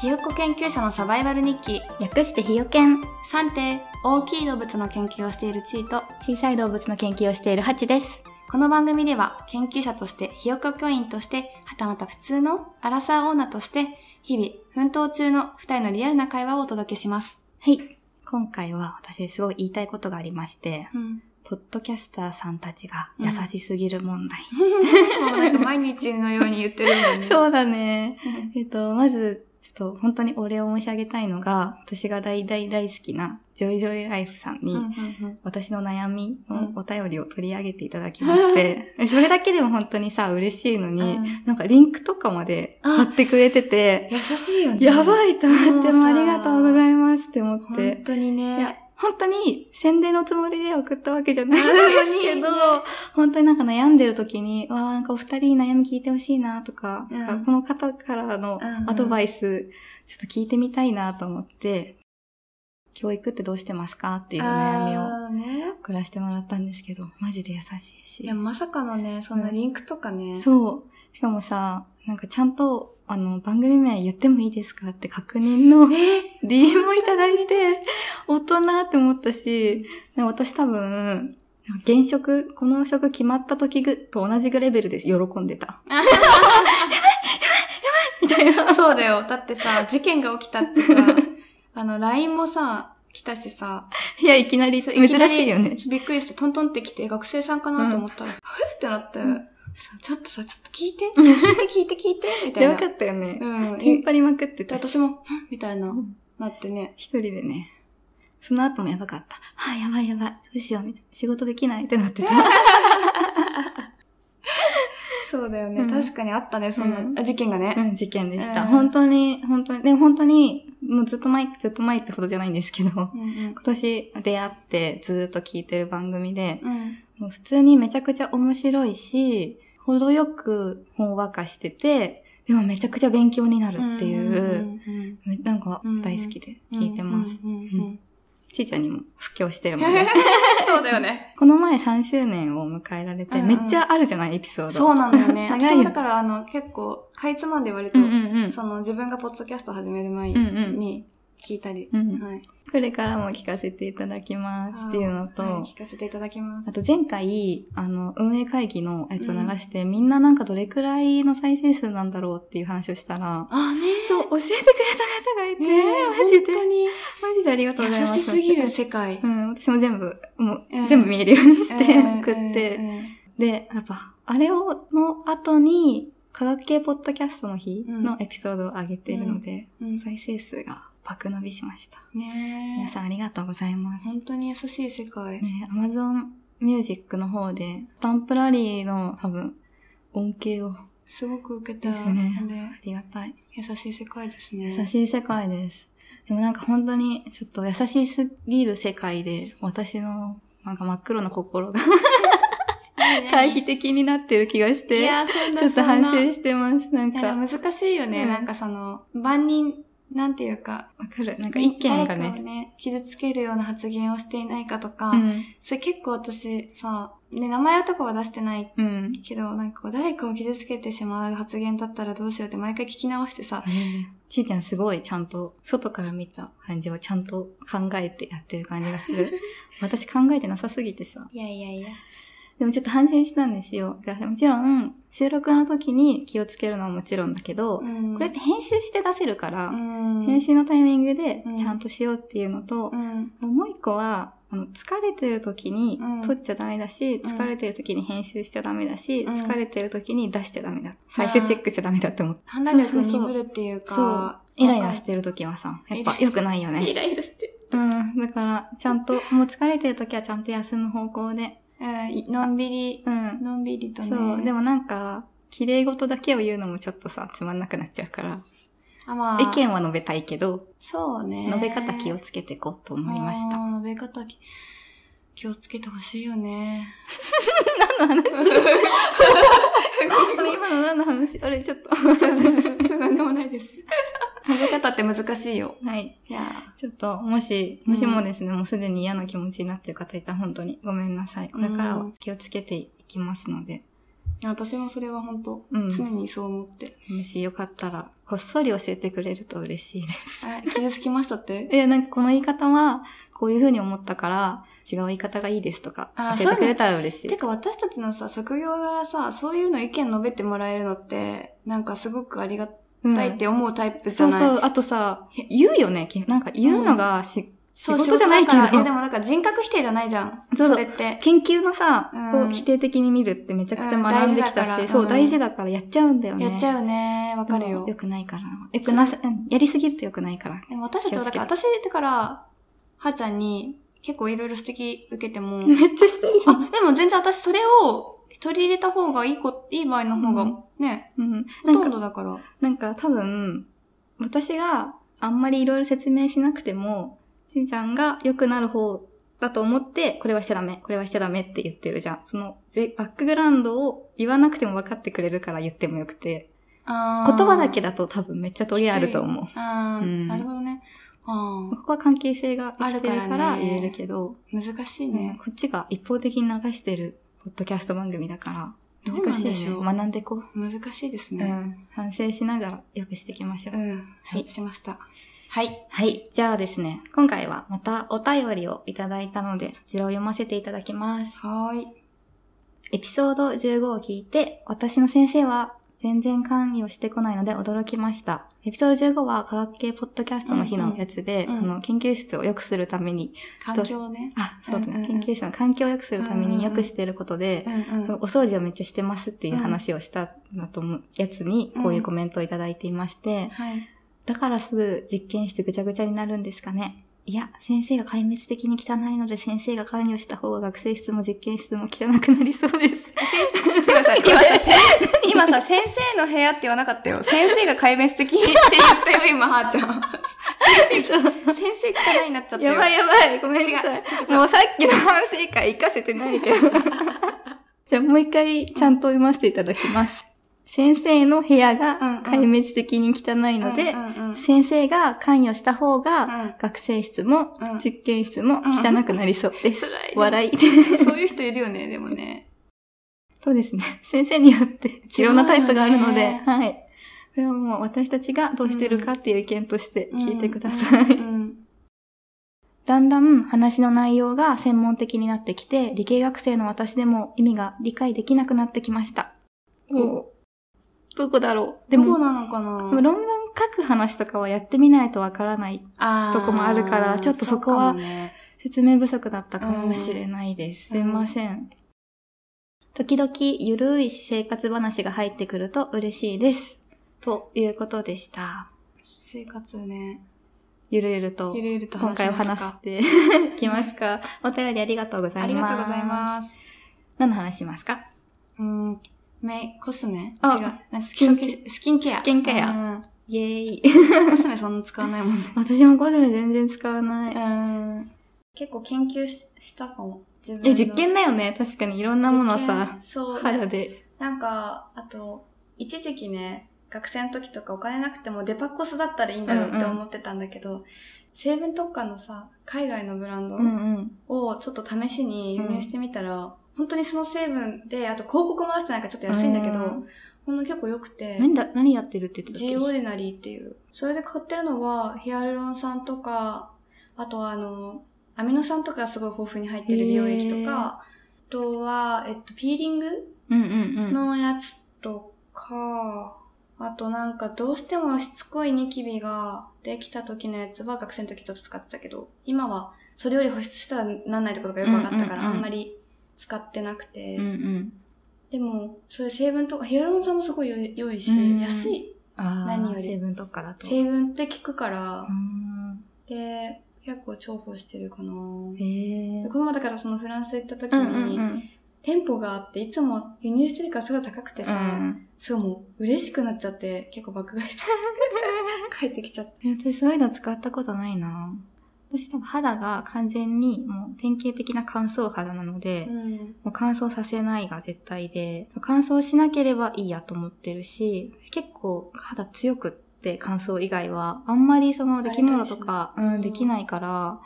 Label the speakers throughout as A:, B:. A: ひよっこ研究者のサバイバル日記
B: 略してひよけん
A: 3点大きい動物の研究をしているチーと
B: 小さい動物の研究をしているハチです
A: この番組では研究者としてひよっこ教員としてはたまた普通のアラサーオーナーとして日々奮闘中の2人のリアルな会話をお届けします
B: はい今回は私すごい言いたいことがありまして
A: うん
B: ポッドキャスターさんたちが優しすぎる問題、
A: もうなんか毎日のように言ってるのに
B: そうだねえっとまずちょっと本当にお礼を申し上げたいのが私が大大大好きなジョイジョイライフさんに、
A: うんうん
B: 私の悩みのお便りを取り上げていただきま して、それだけでも本当にさ、嬉しいの
A: うん
B: に、
A: うん
B: なんかリンクとかまで貼ってくれてて、
A: 優しいよね
B: やばいと思って、
A: もう
B: も
A: さ
B: ありがとうございますって思って
A: 本。当に
B: いや
A: ね、
B: 本当に宣伝のつもりで送ったわけじゃないんですけど、本当になんか悩んでる時に、わあなんかお二人に悩み聞いてほしいなとか、
A: うん
B: なんかこの方からの
A: うんうん
B: アドバイス、ちょっと聞いてみたいなと思って、教育ってどうしてますかっていうお悩みを
A: あーね
B: 送らせてもらったんですけど、マジで優しいし。
A: いやまさかのねそのリンクとかね、
B: そう。しかもさ、なんかちゃんと、あの、番組名言ってもいいですかって確認の
A: ね
B: DM をいただいて、大人って思ったし、でも私多分、なんか現職、この職決まった時ぐと同じぐレベルです。喜ん でた。みたいな。
A: そうだよ。だってさ、事件が起きたって さ、あの、LINE もさ、来たしさ、
B: いや、いきなり、珍しいよね
A: き。なりびっくりして、トントンって来て、学生さんかなと思ったら、ふ、えってなって、
B: うん
A: さちょっとさ、ちょっと聞いて、聞いて聞いて聞いて、 みたいな。
B: やばかったよね。
A: うん。
B: テン
A: え
B: パりまくっ
A: で
B: てたし。
A: 私も、んみたいな、
B: ん
A: なってね。
B: 一人でね。その後もやばかった。はあ、やばいやばい。どうしよう、みたいな。仕事できないってなってた。
A: そうだよね。
B: うん
A: 確かにあったね、そんな、
B: うん
A: あ事件がね。
B: うん、事件でした。
A: うん
B: 本当に、本当に、でも本当に、もうずっと前、ずっと前ってことじゃないんですけど、今
A: うんうん。
B: 年出会ってずーっと聞いてる番組で、
A: うん。
B: もう普通にめちゃくちゃ面白いし、程よくほんわかしてて、でもめちゃくちゃ勉強になるっていう、
A: うん
B: めなんか大好きで聞いてます。。
A: うんうんうんうん
B: ちいちゃんにも布教してるもんね。
A: そうだよね。
B: この前3周年を迎えられ
A: う
B: て、
A: んうん
B: めっちゃあるじゃないエピソード。
A: そうなんだよね。
B: 長いよ
A: 私もだから、あの、結構、かいつまんで割と、
B: うんうんうん。
A: その、自分がポッドキャスト始める前
B: うんうん
A: に聞いたり、
B: うん
A: はい。
B: これからも聞かせていただきますっていうのと、
A: はい聞かせていただきます
B: あ。と前回、あの、運営会議のやつを流して、みんななんかどれくらいの再生数なんだろうっていう話をしたら、
A: あ、ね
B: そう、教えてくれた方がいて、
A: ねえ
B: マジで、
A: 本
B: マジでありがと
A: 当
B: うご
A: に
B: ざいま
A: 優
B: す。
A: しすぎる世界
B: う。ん、私も全部、もう、
A: うん
B: 全部見えるようにして、
A: うん
B: 送って、
A: うん
B: で、やっぱ、あれを、の後に、科学系ポッドキャストの日
A: うん
B: のエピソードを上げているので、
A: うん
B: 再生数が爆伸びしました。皆
A: ねえ
B: さんありがとうございます。
A: 本当に優しい世界。
B: ね、Amazon Music の方で、スタンプラリーの多分、恩恵をあ
A: すごく受けた。
B: ね
A: で
B: りがたい。
A: 優しい世界ですね。
B: 優しい世界です。でもなんか本当に、ちょっと優しすぎる世界で、私の、なんか真っ黒な心が
A: いね
B: 回避的になってる気がし
A: い
B: て、
A: や、そんな
B: ちょっと
A: そん
B: 反
A: な
B: 省してます。なん
A: いやで
B: か、
A: も難しいよね。
B: うん
A: なんかその、万人、なんていうか、
B: わかる。なんか意
A: 誰
B: 見が
A: かを
B: ね。
A: ね、傷つけるような発言をしていないかとか、
B: うん。
A: それ結構私さ、ね、名前とかは出してない
B: うん。
A: けど、なんかこう誰かを傷つけてしまう発言だったらどうしようって毎回聞き直してさ、
B: ちーちゃんすごいちゃんと、外から見た感じをちゃんと考えてやってる感じがする。 私考えてなさすぎてさ。
A: いやいやいや。
B: でもちょっと反省したんですよ。だからもちろん、収録の時に気をつけるのはもちろんだけど、
A: うん。
B: これって編集して出せるから、
A: うん。
B: 編集のタイミングで
A: うん
B: ちゃんとしようっていうのと
A: う、ん。
B: もう一個は、あの疲れてる時に
A: うん
B: 撮っちゃダメだし、
A: うん
B: 疲れてる時に編集しちゃダメだし、
A: うん
B: 疲れてる時に出しちゃダメだ。最終チェックしちゃダメだって思っ
A: 判断力
B: そう
A: が
B: そうそう
A: 鈍るっていう
B: た。そう
A: か、。
B: イライラしてる時はさ、やっぱ良くないよね。
A: ライラして。
B: うん。だから、ちゃんと、もう疲れてる時はちゃんと休む方向で。
A: うん、のんびり、
B: うん。
A: のんびりとね。
B: そう、で
A: も、
B: もなんか、綺麗事だけを言うのもちょっとさ、つまんなくなっちゃうから、
A: あまあ、
B: 意見は述べたいけど、
A: そうね。
B: 述べ方気をつけていこうと思いまし
A: あ
B: た。
A: ー述べ方気気をつけてほしいよね。
B: 何の話 あれ、
A: 今
B: 今の何の話あれ、ちょっ と。
A: なんでもない です。食べ方って難しいよ。
B: はい。
A: いや
B: ちょっと、もし、もしもですね、もうすでに嫌な気持ちになってる方いたら本当にごめんなさい。これからは気をつけていきますので、
A: 私もそれは本当、
B: うん。
A: 常にそう思っ て。
B: もしよかったら、こっそり教えてくれると嬉しいです。
A: あ、傷つきましたって
B: いや、なんかこの言い方は、こういう風に思ったから、違う言い方がいいですとか、
A: あー
B: 教えてくれたら嬉しい。
A: てか私たちのさ、職業柄さ、そういうの意見述べてもらえるのって、なんかすごくありが
B: うん
A: たいって思うタイプじ
B: そ
A: ゃ
B: う
A: ない、
B: そう。あとさ、言うよね。きなんか言うのがし、
A: そう、
B: 仕
A: 仕事
B: 事じ
A: じ
B: ゃ
A: ゃ
B: な
A: ないい
B: け
A: け
B: ど
A: ど。いや、でもなんか人格否定じゃないじゃん。
B: そうそう
A: れって。
B: 研究のさ、
A: うん
B: こう否定的に見るってめちゃくちゃ学んできた
A: うん大事だか
B: し、
A: ら
B: そうう、
A: ん
B: 大事だからやっちゃうんだよね。
A: やっちゃうね。わかるよ
B: よ。くないから。よくなさ、うんやりすぎるとよくないから。
A: でも私たちは、だから私、だから、はーちゃんに結構いろいろ指摘受けても、
B: めっちゃしてるよ。
A: あ、でも全然私それを取り入れた方がいいこ、いい場合の方
B: う
A: がね、
B: うん。
A: ほと
B: なん
A: ど
B: んか、
A: だから。
B: なんか多分、私があんまりいろいろ説明しなくても、しんちゃんが良くなる方だと思って、これはしちゃダメ、これはしちゃダメって言ってるじゃん。その、ぜバックグラウンドを言わなくても分かってくれるから言ってもよくて、
A: あ
B: 言葉だけ
A: だ。
B: だと多分めっちゃトゲあると思う。
A: あー
B: うん
A: なるほどね。あ
B: ここは関係性ができて
A: あ
B: るから
A: るからね
B: 言えるけど、
A: ー難しい
B: うん
A: ね。
B: こっちが一方的に流してるポッドキャスト番組だから、
A: どうな
B: 難
A: ん
B: しい
A: でしょう
B: ね。学んでいこう。
A: 難しいです
B: う
A: ね。
B: ん。反省しながらよくしていきましょう。
A: うん。承知しました。はい。
B: はい。じゃあですね、今回はまたお便りをいただいたので、そちらを読ませていただきます。
A: はーい。
B: エピソード15を聞いて、私の先生は全然関与してこないので驚きました。エピソード15は科学系ポッドキャストの日のやつで、
A: うんうん
B: この研究室を良くするために、
A: 環境ね。
B: あ、そうだね、
A: うんうんうん
B: 研究室の環境を良くするため
A: うんうんうん
B: に良くしてることで
A: う、んうん。
B: お掃除をめっちゃしてますっていう話をしたなと思うやつに、こういうコメントをいただいていまして、
A: はい。
B: だからすぐ実験室ぐちゃぐちゃになるんですかね。いや、先生が壊滅的に汚いので先生が関与した方が学生室も実験室も汚くなりそう です。
A: 今さ、今さ、せ 今さ、先生の部屋って言わなかったよ。先生が壊滅的にって言ったよ、今、はーちゃ ん。先生汚いになっちゃったよ。
B: やばいやばい、ごめんなさい。もうさっきの反省会活かせてない じゃん。じゃあもう一回ちゃんと読ませていただきます。先生の部屋が
A: うんうん
B: 壊滅的に汚いので
A: う、んうんうん
B: 先生が関与した方が
A: うん
B: 学生室も
A: うん
B: 実験室も汚くなりそうです。
A: 辛い。
B: 笑い。
A: そういう人いるよね、でもね。
B: そうですね。 先生によっていろんなタイプがあるの
A: 違う
B: で、
A: よね
B: はい。これはもう私たちがどうしてるかっていう意見として 聞いてください。
A: うんうん
B: だんだん話の内容が専門的になってきて、理系学生の私でも意味が理解できなくなってきました。
A: お
B: おどこだろうで
A: どこ
B: も、
A: なのか
B: でも
A: な
B: 論文書く話とかはやってみないとわからない。
A: あー
B: とこもあるからちょっとそこは
A: うかもね
B: 説明不足だったかもしれないです。す
A: うん
B: いません。時々ゆるい生活話が入ってくると嬉しいです。ということでした。
A: 生活ね。
B: ゆるゆると
A: ゆるゆると
B: 今
A: 話し
B: 回お
A: ます
B: 話
A: か。
B: していきますか。お便りありがとうございます。
A: ありがとうございます。
B: 何の話しますか
A: うん。メイ、コスメ違う
B: あ。
A: なんかス
B: キ
A: キ
B: ン
A: ン
B: ケ
A: ケスキンケア。
B: スキンケア
A: うん
B: イエーイ。
A: コスメ そんな使わないもんね。
B: 私もコスメ全然使わな
A: う
B: い。
A: ん。結構研究ししたかも。自分
B: いや、
A: の
B: 実験だよね。確かにいろんなものをさ、。
A: 実験そう。
B: 肌で。
A: なんか、あと、一時期ね、学生の時とかお金なくてもデパコスだったらいいんだろうって思ってたんだけど、成分特化のさ、海外のブランド
B: うんうん。
A: をちょっと試しに輸入してみたら、本当にその成分で、あと広告回してなんかちょっと安いんだけど、
B: うん
A: ほんの結構良くて、
B: 何だ、何やってるって言って
A: G
B: た
A: オ
B: っ
A: ーディナリーっていう。それで買ってるのは、ヒアルロン酸とか、あとはあの、アミノ酸とかがすごい豊富に入ってる美容液と
B: へー
A: か、あとは、えっと、ピーリング
B: けうんうんうん。
A: のやつとか、あとなんかどうしてもしつこいニキビができた時のやつは学生の時ちょっと使ってたけど、今はそれより保湿したらなんないってことがよく分かったから、
B: うんうんうん
A: あんまり使ってなくて、
B: うんうん。
A: でもそういう成分とか、ヒアルロン酸もすごいよ良いし、
B: うん
A: 安い
B: ああ
A: 何よ、り
B: 成分特化だと。
A: 成分って効くから
B: う、ん。
A: で、結構重宝してるかな
B: へえ
A: で。この前だからそのフランス行った時
B: う
A: に、
B: んうんうん。
A: 店舗があって、いつも輸入してるからすごい高くてさ、
B: うん
A: そう、もう嬉しくなっちゃって、結構爆買いしちゃ って、帰ってきちゃって。
B: 私そういうの使ったことないな。私多分肌が完全にもう典型的な乾燥肌なので、
A: うん。
B: もう乾燥させないが絶対で、乾燥しなければいいやと思ってるし、結構肌強くって乾燥以外は、あんまりその出来物とか、
A: あれだ
B: う
A: し
B: ん、できないから、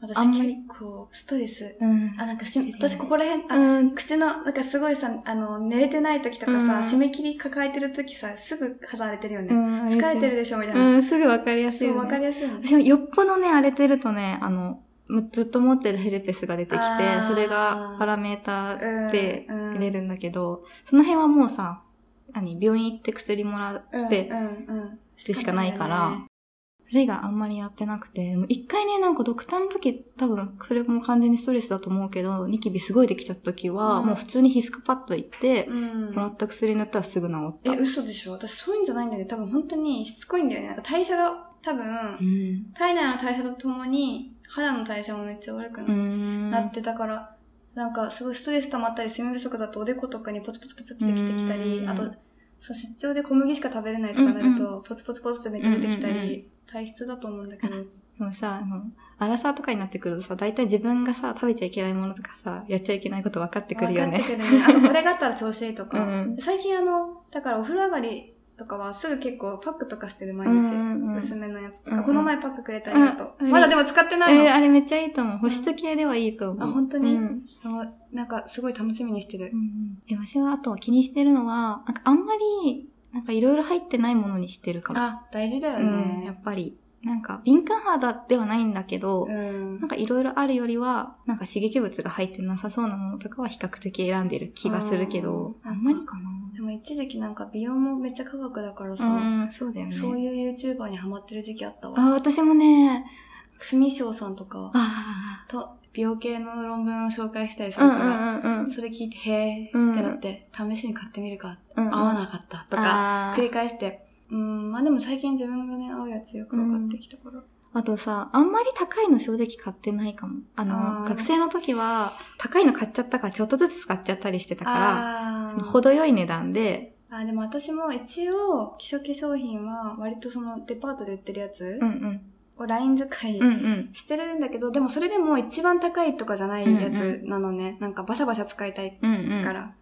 A: 私
B: あんまり
A: 結構ストレス。
B: うん。
A: あ、なんかし
B: ストレ
A: 私
B: スね
A: ここら辺、あ、
B: うん。
A: 口の、なんかすごいさ、あの、寝れてない時とか
B: うん
A: さ、締め切り抱えてる時さ、すぐ肌荒れてるよね。
B: うん
A: 疲れてるでしょみたいな。
B: うん、すぐわかりやすい
A: そ
B: よ、
A: う、
B: ね。
A: わかりやすいよね。
B: 私もよっぽどね、荒れてるとね、あの、もうずっと持ってるヘルペスが出てき
A: あ
B: て、
A: ー
B: それがパラメーターで
A: うん
B: 入れるんだけど、その辺はもうさ、何、病院行って薬もら
A: うん
B: って
A: うんうん。
B: るしかない
A: そう
B: から、
A: だよね
B: それがあんまりやってなくて、もう一回ね、なんかドクターの時、多分、それも完全にストレスだと思うけど、ニキビすごいできちゃった時は、
A: うん
B: もう普通に皮膚科パッと行って、
A: うん
B: もらった薬塗ったらすぐ治った。
A: え、嘘でしょ私そういうんじゃないんだよね。多分本当にしつこいんだよね。なんか代謝が、多分
B: う、ん。
A: 体内の代謝とともに、肌の代謝もめっちゃ悪く
B: う
A: な,、
B: ん。
A: ってたから、なんかすごいストレス溜まったり、睡眠不足だとおでことかにポツポツポツってできてきたり
B: う、ん
A: あと、そう出張で小麦しか食べれないとかなる
B: う
A: と、ポツポツポツってめっちゃ出てきたり、
B: うんうんう
A: 体質だと思うんだけ ど。
B: でもさ、あの、アラサーとかになってくるとさ、大体自分がさ、食べちゃいけないものとかさ、やっちゃいけないこと分かってくるよ
A: 分か
B: ね。
A: ってくるね。あとこれがあったら調子いいと
B: う
A: か。
B: ん。
A: 最近あの、だからお風呂上がりとかはすぐ結構パックとかしてる毎
B: う
A: 日。
B: んうんうん。
A: 薄めのやつと
B: う
A: か。
B: んうん
A: この前パックくれたやつと。
B: うん
A: まだでも使ってないの。
B: えーあれめっちゃいいと思う。保湿系ではいいと思う。
A: あ本当に
B: うん。
A: あのなんかすごい楽しみにしてる
B: う。んえ私はあと気にしてるのは、なんかあんまり、なんかいろいろ入ってないものにしてるかも。
A: あ、大事だよ
B: うん、や
A: ね
B: っ。ぱり。なんか敏感肌ではないんだけど、
A: うん
B: なん。かいろいろあるよりは、なんか刺激物が入ってなさそうなものとかは比較的選んでる気がするけど、
A: うん
B: あんまりかな。
A: でも一時期なんか美容もめっちゃ科学だからさ、
B: うん、そうだよね。
A: そういう YouTuber にハマってる時期あったわ。
B: あ、私もね、
A: すみしょうさんとか、
B: あ
A: と、美容系の論文を紹介したりす
B: あ、う
A: る
B: ん
A: から、
B: うんうん
A: それ聞いて、へ
B: うん
A: ーってなって、試しに買ってみるか、
B: うん。
A: 合わな
B: く
A: かったと
B: と
A: か、
B: か
A: 繰り返して、うん、まあでも最近自分がね、合うやつよく分かってきたから。
B: あとさ、あんまり高いの正直買ってないかも。あの、
A: あー
B: 学生の時は、高いの買っちゃったからちょっとずつ使っちゃったりしてたか
A: あー
B: ら、程よい値段で、
A: あーでも私も一応、基礎化粧品は、割とそのデパートで売ってるやつ
B: うんうん、
A: をライン使い
B: うんうん、
A: してるんだけど、でもそれでも一番高いとかじゃないやつなのね。なんかバシャバシャ使いたい
B: うんうん。
A: から。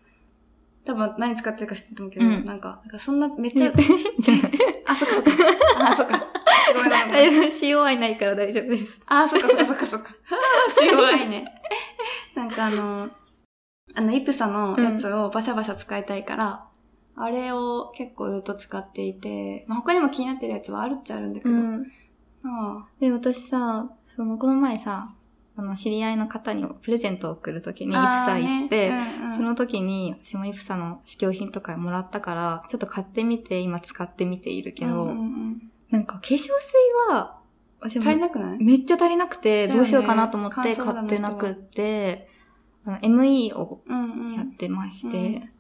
A: 多分何使ってるか知ってると思うけど、
B: うん
A: なんか、なんかそんなめっ ち
B: じ
A: ゃ
B: ゃ、、じゃ
A: あ、そっかそっか。あ、そっ か。ごめんなさい。
B: あ、使用愛ないから大丈夫です。
A: あー、そっかそっかそっかそっか。白いね。 なんかあの、あの、イプサのやつをバシャバシャ使いたいから、あれを結構ずっと使っていて、まあ、他にも気になってるやつはあるっちゃあるんだけど、
B: うん。
A: ま
B: で、私さ、その、この前さ、あの、知り合いの方にプレゼントを送るときに、イプ
A: あ
B: サ行って、
A: あーねうんうん
B: その時に、私もイプサの試供品とかもらったから、ちょっと買ってみて、今使ってみている
A: あ、
B: けど、
A: うんうんうん
B: なんか化粧水は、私
A: 足り
B: も
A: なくない
B: めっちゃ足りなくて、
A: だよね
B: どうしようかなと思って
A: 乾燥肌の
B: 買っ
A: 人
B: てなくって、あの ME を
A: うんう
B: やっ
A: ん。
B: てまして、
A: うん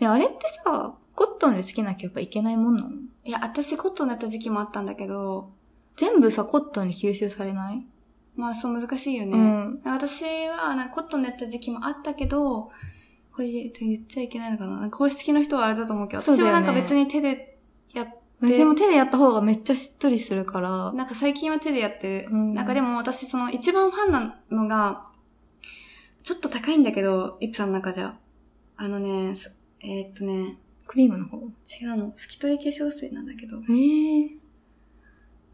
B: で、あれってさ、コットンでつけなきゃやっぱいけないもんなの
A: いや、私コットンだった時期もあったんだけど、
B: 全部さ、コットンに吸収されない、
A: まあそう難しいよ
B: う
A: ね。
B: ん。
A: 私はなんかコットンだった時期もあったけど、これ言っちゃいけないのかななんか公式の人はあれだと思うけど、
B: そう
A: 私
B: だよ
A: は
B: ね
A: なんか別に手でやっ
B: 私も手でやった方がめっちゃしっとりするから、
A: なんか最近は手でやってる。
B: うん
A: なんかでも私その一番ファンなのが、ちょっと高いんだけど、イプさんの中じゃ。あのね、そえーっとね、
B: クリームの方。
A: 違うの、拭き取り化粧水なんだけど。
B: えー、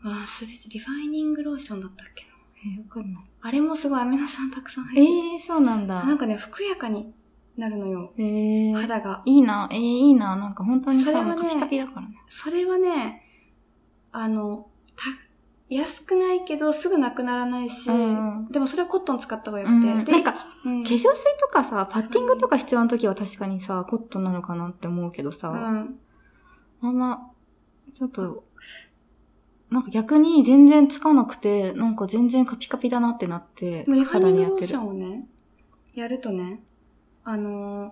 A: あー、それリファイニングローションだったっけな。
B: えー、わかんない。
A: あれもすごいアミノ酸たくさん入ってる。
B: えー、そうなんだ。
A: なんかね、ふくやかになるのよ、
B: えー、
A: 肌が。
B: いいな、えー、いいな、なんか本当に
A: それ
B: さ、
A: はね
B: もうカピカピだからね。
A: それはね、あの、た、安くないけど、すぐなくならないし、
B: うんうん
A: でもそれはコットン使った方がよ
B: うん
A: くて。
B: なんか、
A: うん
B: 化粧水とかさ、パッティングとか必要な時は確かにさ、コットンなのかなって思うけどさ、
A: うん。
B: あんま、ちょっと、なんか逆に全然つかなくて、なんか全然カピカピだなってなって、
A: でもリファ
B: 肌
A: イニ
B: に
A: ン
B: や
A: グ
B: っ
A: ロ
B: て
A: ーシ
B: る
A: ョ。ンをね、やるとね、あのー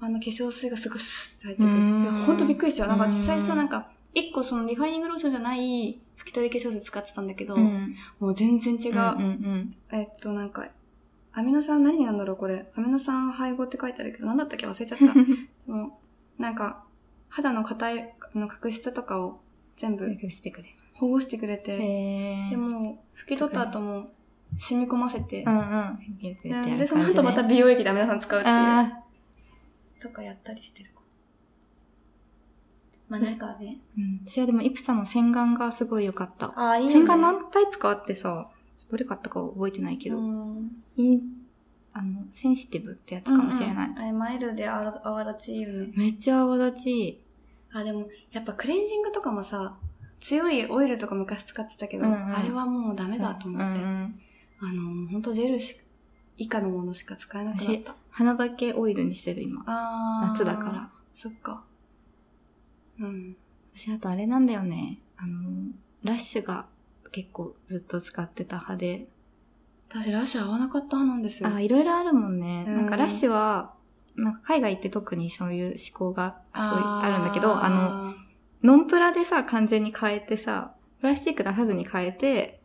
A: あの化粧水がすごいスッて入ってく
B: うーん
A: る。いや、ほんとびっくりしたよ。なんか
B: うん
A: 実際そうなんか、一個そのリファイニングローションじゃない拭き取り化粧水使ってたんだけど、
B: うん、
A: もう全 然違う。
B: うんうん
A: えっと、なんか、アミノ酸何なんだろうこれ。アミノ酸配合って書いてあるけど、なんだったっけ忘れちゃっ
B: う
A: た。
B: ん。
A: もう、なんか、肌の硬い、あの角質とかを全部
B: してくれ。
A: 保護してくれて、
B: えー、
A: でも、拭き取った後も染み込ませて、
B: うんうん。ピピピってや
A: で、
B: る
A: その
B: 感じね
A: 後また美容液で皆さん使うっていう。
B: あ
A: とかやったりしてるか。まあなんかね。
B: ーうん。私はでも、イプサの洗顔がすごい良かった。
A: ああ、いい
B: 洗顔何タイプかあってさ、どれ買ったかは覚えてないけど、
A: うん
B: インあのセンシティブってやつかもしれな
A: う
B: い、
A: んうんあれ、マイルドで泡泡立ちいいよね。
B: めっちゃ泡立ち
A: あ、でも、やっぱクレンジングとかもさ、強いオイルとか昔使ってたけど、
B: うんうん
A: あれはもうダメだと思って。
B: うんうん
A: あの、もうほんとジェルし以下のものしか使えなくなった。
B: 鼻だけオイルにしてる今
A: あー
B: 夏だから。
A: そっか。うん。
B: 私あとあれなんだよねあのラッシュが結構ずっと使ってた派で
A: 私、ラッシュ合わなかった派なんですよ。
B: あいろいろあるもんね、
A: うん
B: なんかラッシュはなんか海外って特にそういう思考がすごいあるんだけどあの
A: の、
B: ノンプラでさ完全に変えてさプラスチック出さずに変えて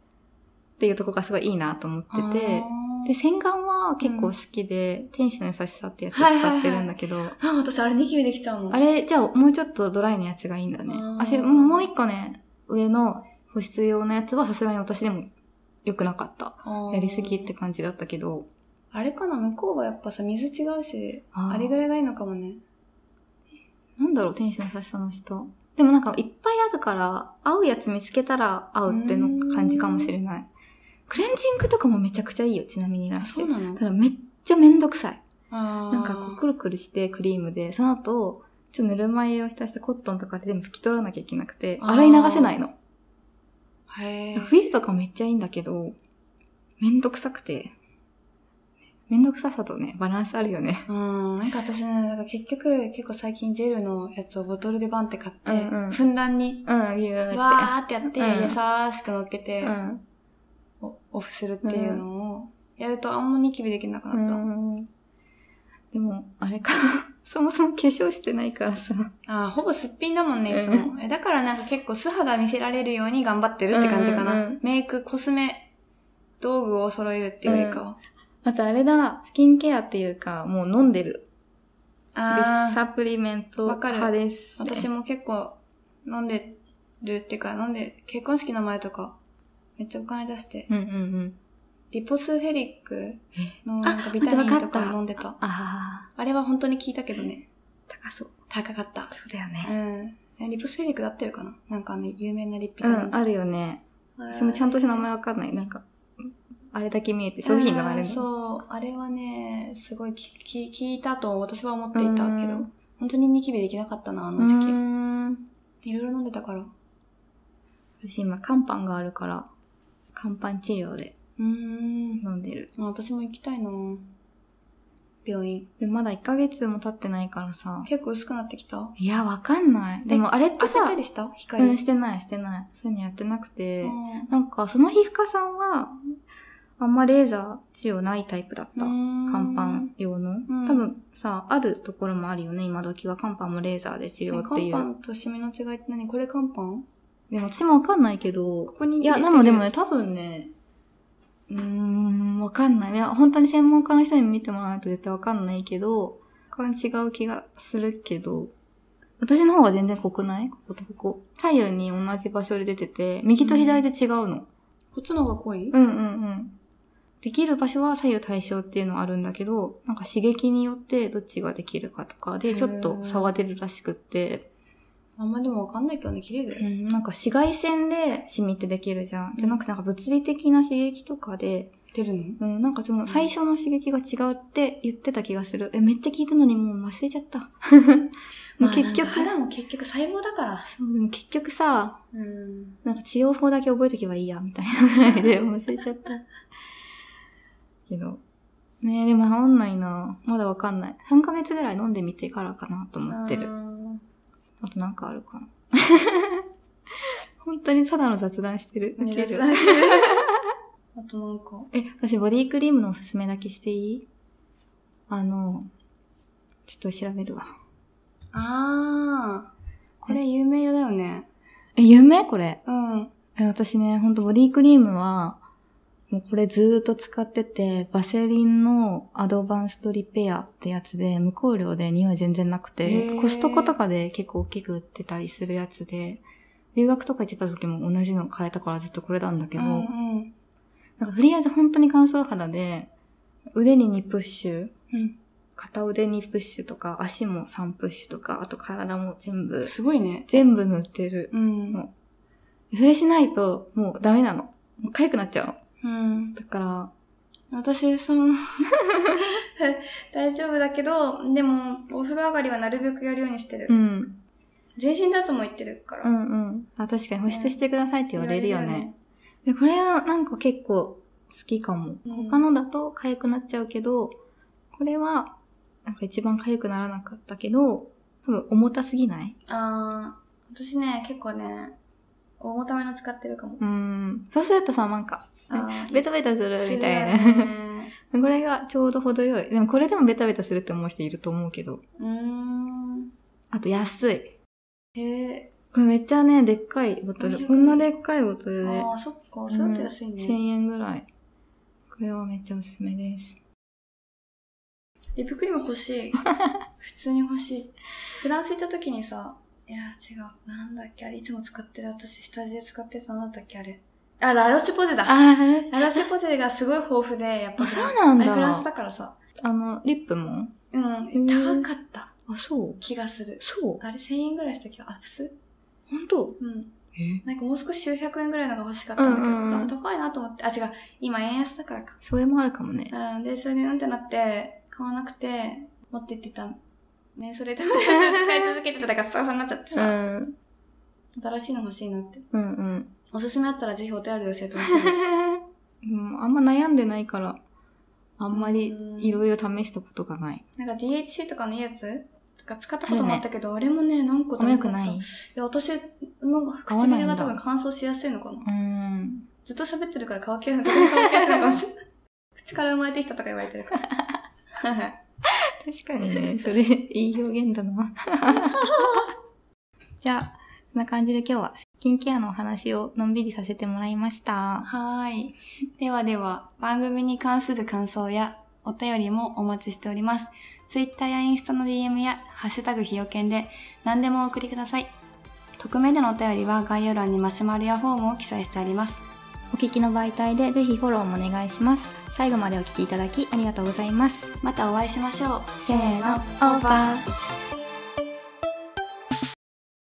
B: っていうとこがすごいいいなと思っててで洗顔は結構好きで、天使の優しさってやつを使ってるんだけど、
A: あー、私、あれニキビできちゃうもん。
B: あれ、じゃあもうちょっとドライのやつがいいんだね
A: う。ん
B: あ、し、もう一個ね、上の保湿用のやつはさすがに私でも良くなかった。
A: あー
B: やりすぎって。感じだったけど。
A: あれかな向こうはやっぱさ、水違うし、
B: あー
A: あれぐらいがいいのかもね。
B: なんだろう、天使の優しさの人。でもなんかいっぱいあるから、合うやつ見つけたら合うっての感じかもしれない。クレンジングとかもめちゃくちゃいいよ、ちなみにラッ
A: あ
B: シ
A: そ
B: ュ
A: う。なの
B: ただめっちゃめんどくさい。
A: あー
B: なんかこうくるくるしてクリームで、その後、ちょっとぬるま湯を浸したコットンとかで全部拭き取らなきゃいけなくて、
A: あー
B: 洗い流せないの。
A: へえ。
B: 冬とかめっちゃいいんだけど、めんどくさくて。めんどくささとね、バランスあるよね。
A: うん、なんか私ね、なんか結局、結構最近ジェルのやつをボトルでバンって買って、
B: うんうん
A: ふんだんに、
B: うん、ギューって。
A: わーってやって、
B: うん
A: 優しく乗っけて、
B: うん。
A: おオフするっていうのを、やるとあんまニキビできなくなった。
B: うんでも、あれか、 そもそも化粧してないからさ。
A: ああ、ほぼすっぴんだもんね、いつも。えだからなんか結構素肌見せられるように頑張ってるって感じかな。
B: うんうんうん
A: メイク、コスメ、道具を揃えるっていうよりかは。
B: あとあれだ、スキンケアっていうか、もう飲んでる。
A: ああ、
B: サプリメント
A: わかる
B: 派です、ね。
A: 私も結構飲んでるっていうか、飲んで、結婚式の前とか、めっちゃお金出して、
B: うんうんうん。
A: リポスフェリックの
B: あ
A: なんかビタミンと
B: わ
A: か
B: った
A: 飲んでた。あ
B: ああ、
A: れは本当に効いたけどね。
B: 高そう。
A: 高かった。
B: そうだよ
A: う
B: ね。
A: ん。リポスフェリックだってるかななんかあの、有名なリッピ
B: う
A: タミン
B: ん、
A: とか。
B: あるよね。
A: あ
B: それもちゃ
A: ん
B: んとした名前わかんない。なんか、あれだけ見えて、商品のあれも。
A: そう。あれはね、すごいきき効いたと私は思っていたけ
B: う
A: ど
B: ん、
A: 本当にニキビできなかったな、あ
B: う
A: の時期。
B: ーん。
A: いろいろ飲んでたから。う
B: 私今、乾パンがあるから、乾パン治療で
A: ーん。
B: 飲んでる。
A: あ私も行きたいな病院。
B: で、まだ1ヶ月も経ってないからさ。
A: 結構薄くなってきた
B: いや、わかんない。でも、あれっ
A: 当
B: て
A: てた
B: さ、
A: りした光。
B: うん、してない、してない。そういうのやってなくて。
A: うん
B: なんか、その皮膚科さんは、あんまレーザー治療ないタイプだった。乾パン。用の。
A: ん
B: 多分さ、あるところもあるよね。今時は乾パンもレーザーで治療って
A: 乾
B: い
A: パ
B: う。
A: ンとシミの違いって何これ乾パン
B: でも私もわかんないけど、
A: ここに
B: いや、でもでもね、多分ね、うーん、わかんない。いや、本当に専門家の人に見てもらわないと絶対わかんないけど、他に違う気がするけど、私の方は全然濃くないこことここ。左右に同じ場所で出てて、右と左で違うの。
A: こっちの方が濃い
B: うん、うん、うんうんできる場所は左右対称っていうのはあるんだけど、なんか刺激によってどっちができるかとかで、ちょっと差は出るらしくって、
A: あんまでもわかんないけどね、綺麗だ
B: う
A: よ。
B: ん、なんか紫外線でシミってできるじゃん。じゃなくてなんか物理的な刺激とかで、
A: 出るの
B: うん、なんかその最初の刺激が違うって言ってた気がする。え、めっちゃ聞いたのにもう忘れちゃ った。もう結局、
A: 肌も結局細胞だから。
B: そう、でも結局さ、
A: うん。
B: なんか治療法だけ覚えとけばいいや、みたいなぐら いで忘れちゃった。けど。ねえ、でも治んないな。まだわかんない。3ヶ月ぐらい飲んでみてからかなと思ってる。あとなんかあるかな。 本当にただの雑談してる。
A: ね
B: ウケ る
A: あとなんか、
B: え、私ボディクリームのおすすめだけしていいあの、ちょっと調べるわ。
A: あー、これ有名よだよね。
B: え、有名これ。
A: うん。
B: え、私ね、ほんとボディクリームは、もうこれずーっと使ってて、バセリンのアドバンストリペアってやつで、無香料で匂い全然なく
A: へ
B: て、
A: ー
B: コストコとかで結構大きく売ってたりするやつで、留学とか行ってた時も同じの買えたからずっとこれなんだけ
A: う
B: ど、
A: んうん。
B: なんかとりあえず本当に乾燥肌で、腕に2プッシュ、
A: うん
B: 片腕2プッシュとか、足も3プッシュとか、あと体も全部、
A: すごいね。
B: 全部塗ってる。
A: うん。
B: それしないと、もうダメなの。もう痒くなっちゃうの。
A: うん。
B: だから、
A: 私、その、 大丈夫だけど、でも、お風呂上がりはなるべくやるようにしてる。
B: うん。
A: 全身脱毛行ってるから。
B: う
A: っ
B: んうん。あ、確かに保湿してくださいって
A: て
B: 言われるよね。。でこれはなんか結構好きかも。
A: うん
B: 他のだと痒くなっちゃうけど、これは、なんか一番痒くならなかったけど、多分重たすぎない
A: あー、私ね、結構ね、重ための使ってるかも。
B: うーん。そうするとさ、なんか、
A: あー
B: ベタベタするみたい
A: するよ
B: な。
A: ね
B: これがちょうど程よい。でもこれでもベタベタするって思う人いると思うけど。
A: うーん。
B: あと安い。
A: へ
B: これめっちゃね、でっかいボトル。
A: 400
B: こんなでっかいボト
A: え
B: ルで。
A: ああ、そっか。それだと安い
B: 1000
A: ね。
B: 円ぐらい。これはめっちゃおすすめです。
A: リップクリーム欲 しい。普通に欲しい。フランス行った時にさ、いや、違う。なんだっけあれ、いつも使ってる私、下地で使ってたなんだっけあれ。あ、ラロシュポゼだ。
B: あー、
A: ラロシュポゼがすごい豊富で、やっぱ
B: あ、
A: フ
B: そ
A: ランス。
B: うなん
A: あれフランス
B: だ。
A: だからさ。
B: あの、リップも
A: うんん。高かった
B: あ、そう
A: 気がする。
B: そう
A: あれ、1000円ぐらいした気が、あ、普通
B: ほんと
A: うん。
B: え
A: なんかもう少し数百円ぐらいのが欲しかったんだけど、
B: うんうんうん
A: あ高いなと思って、あ、違う。今円安だからか。
B: それもあるかもね。
A: うん、で、それでうんってなって、買わなくて、持ってってた。ね、それで使い続けてたから、ささになっちゃって
B: う
A: さ、
B: ん。
A: 新しいの欲しいなって。
B: うん うん。
A: おすすめあったらぜひお便りで教えてほしいで す。
B: うん、あんま悩んでないから、あんまり
A: うん
B: いろいろ試したことがない。
A: なんか DHC とかのいいやつとか使ったこともあったけど、あれもね、何個
B: あんま良くない
A: いや、私の
B: 合わない
A: 唇
B: んだ
A: が多分乾燥しやすいのかな。
B: うん。
A: ずっと喋ってるから乾きやすい。乾きやすいのかもしれ ない。口から生まれてきたとか言われてるから。
B: 確かにね、それ、いい表現だ な。じゃあ、こんな感じで今日はスキンケアのお話をのんびりさせてもらいました。
A: はーい。ではでは、番組に関する感想やお便りもお待ちしております。Twitter やインスタの DM や、ハッシュタグひよけんで何でもお送りください。匿名でのお便りは概要欄にマシュマロやフォームを記載してあります。
B: お聞きの媒体でぜひフォローもお願いします。最後までお聞きいただきありがとうございます。
A: またお会いしましょう。
B: せーの、オーバー。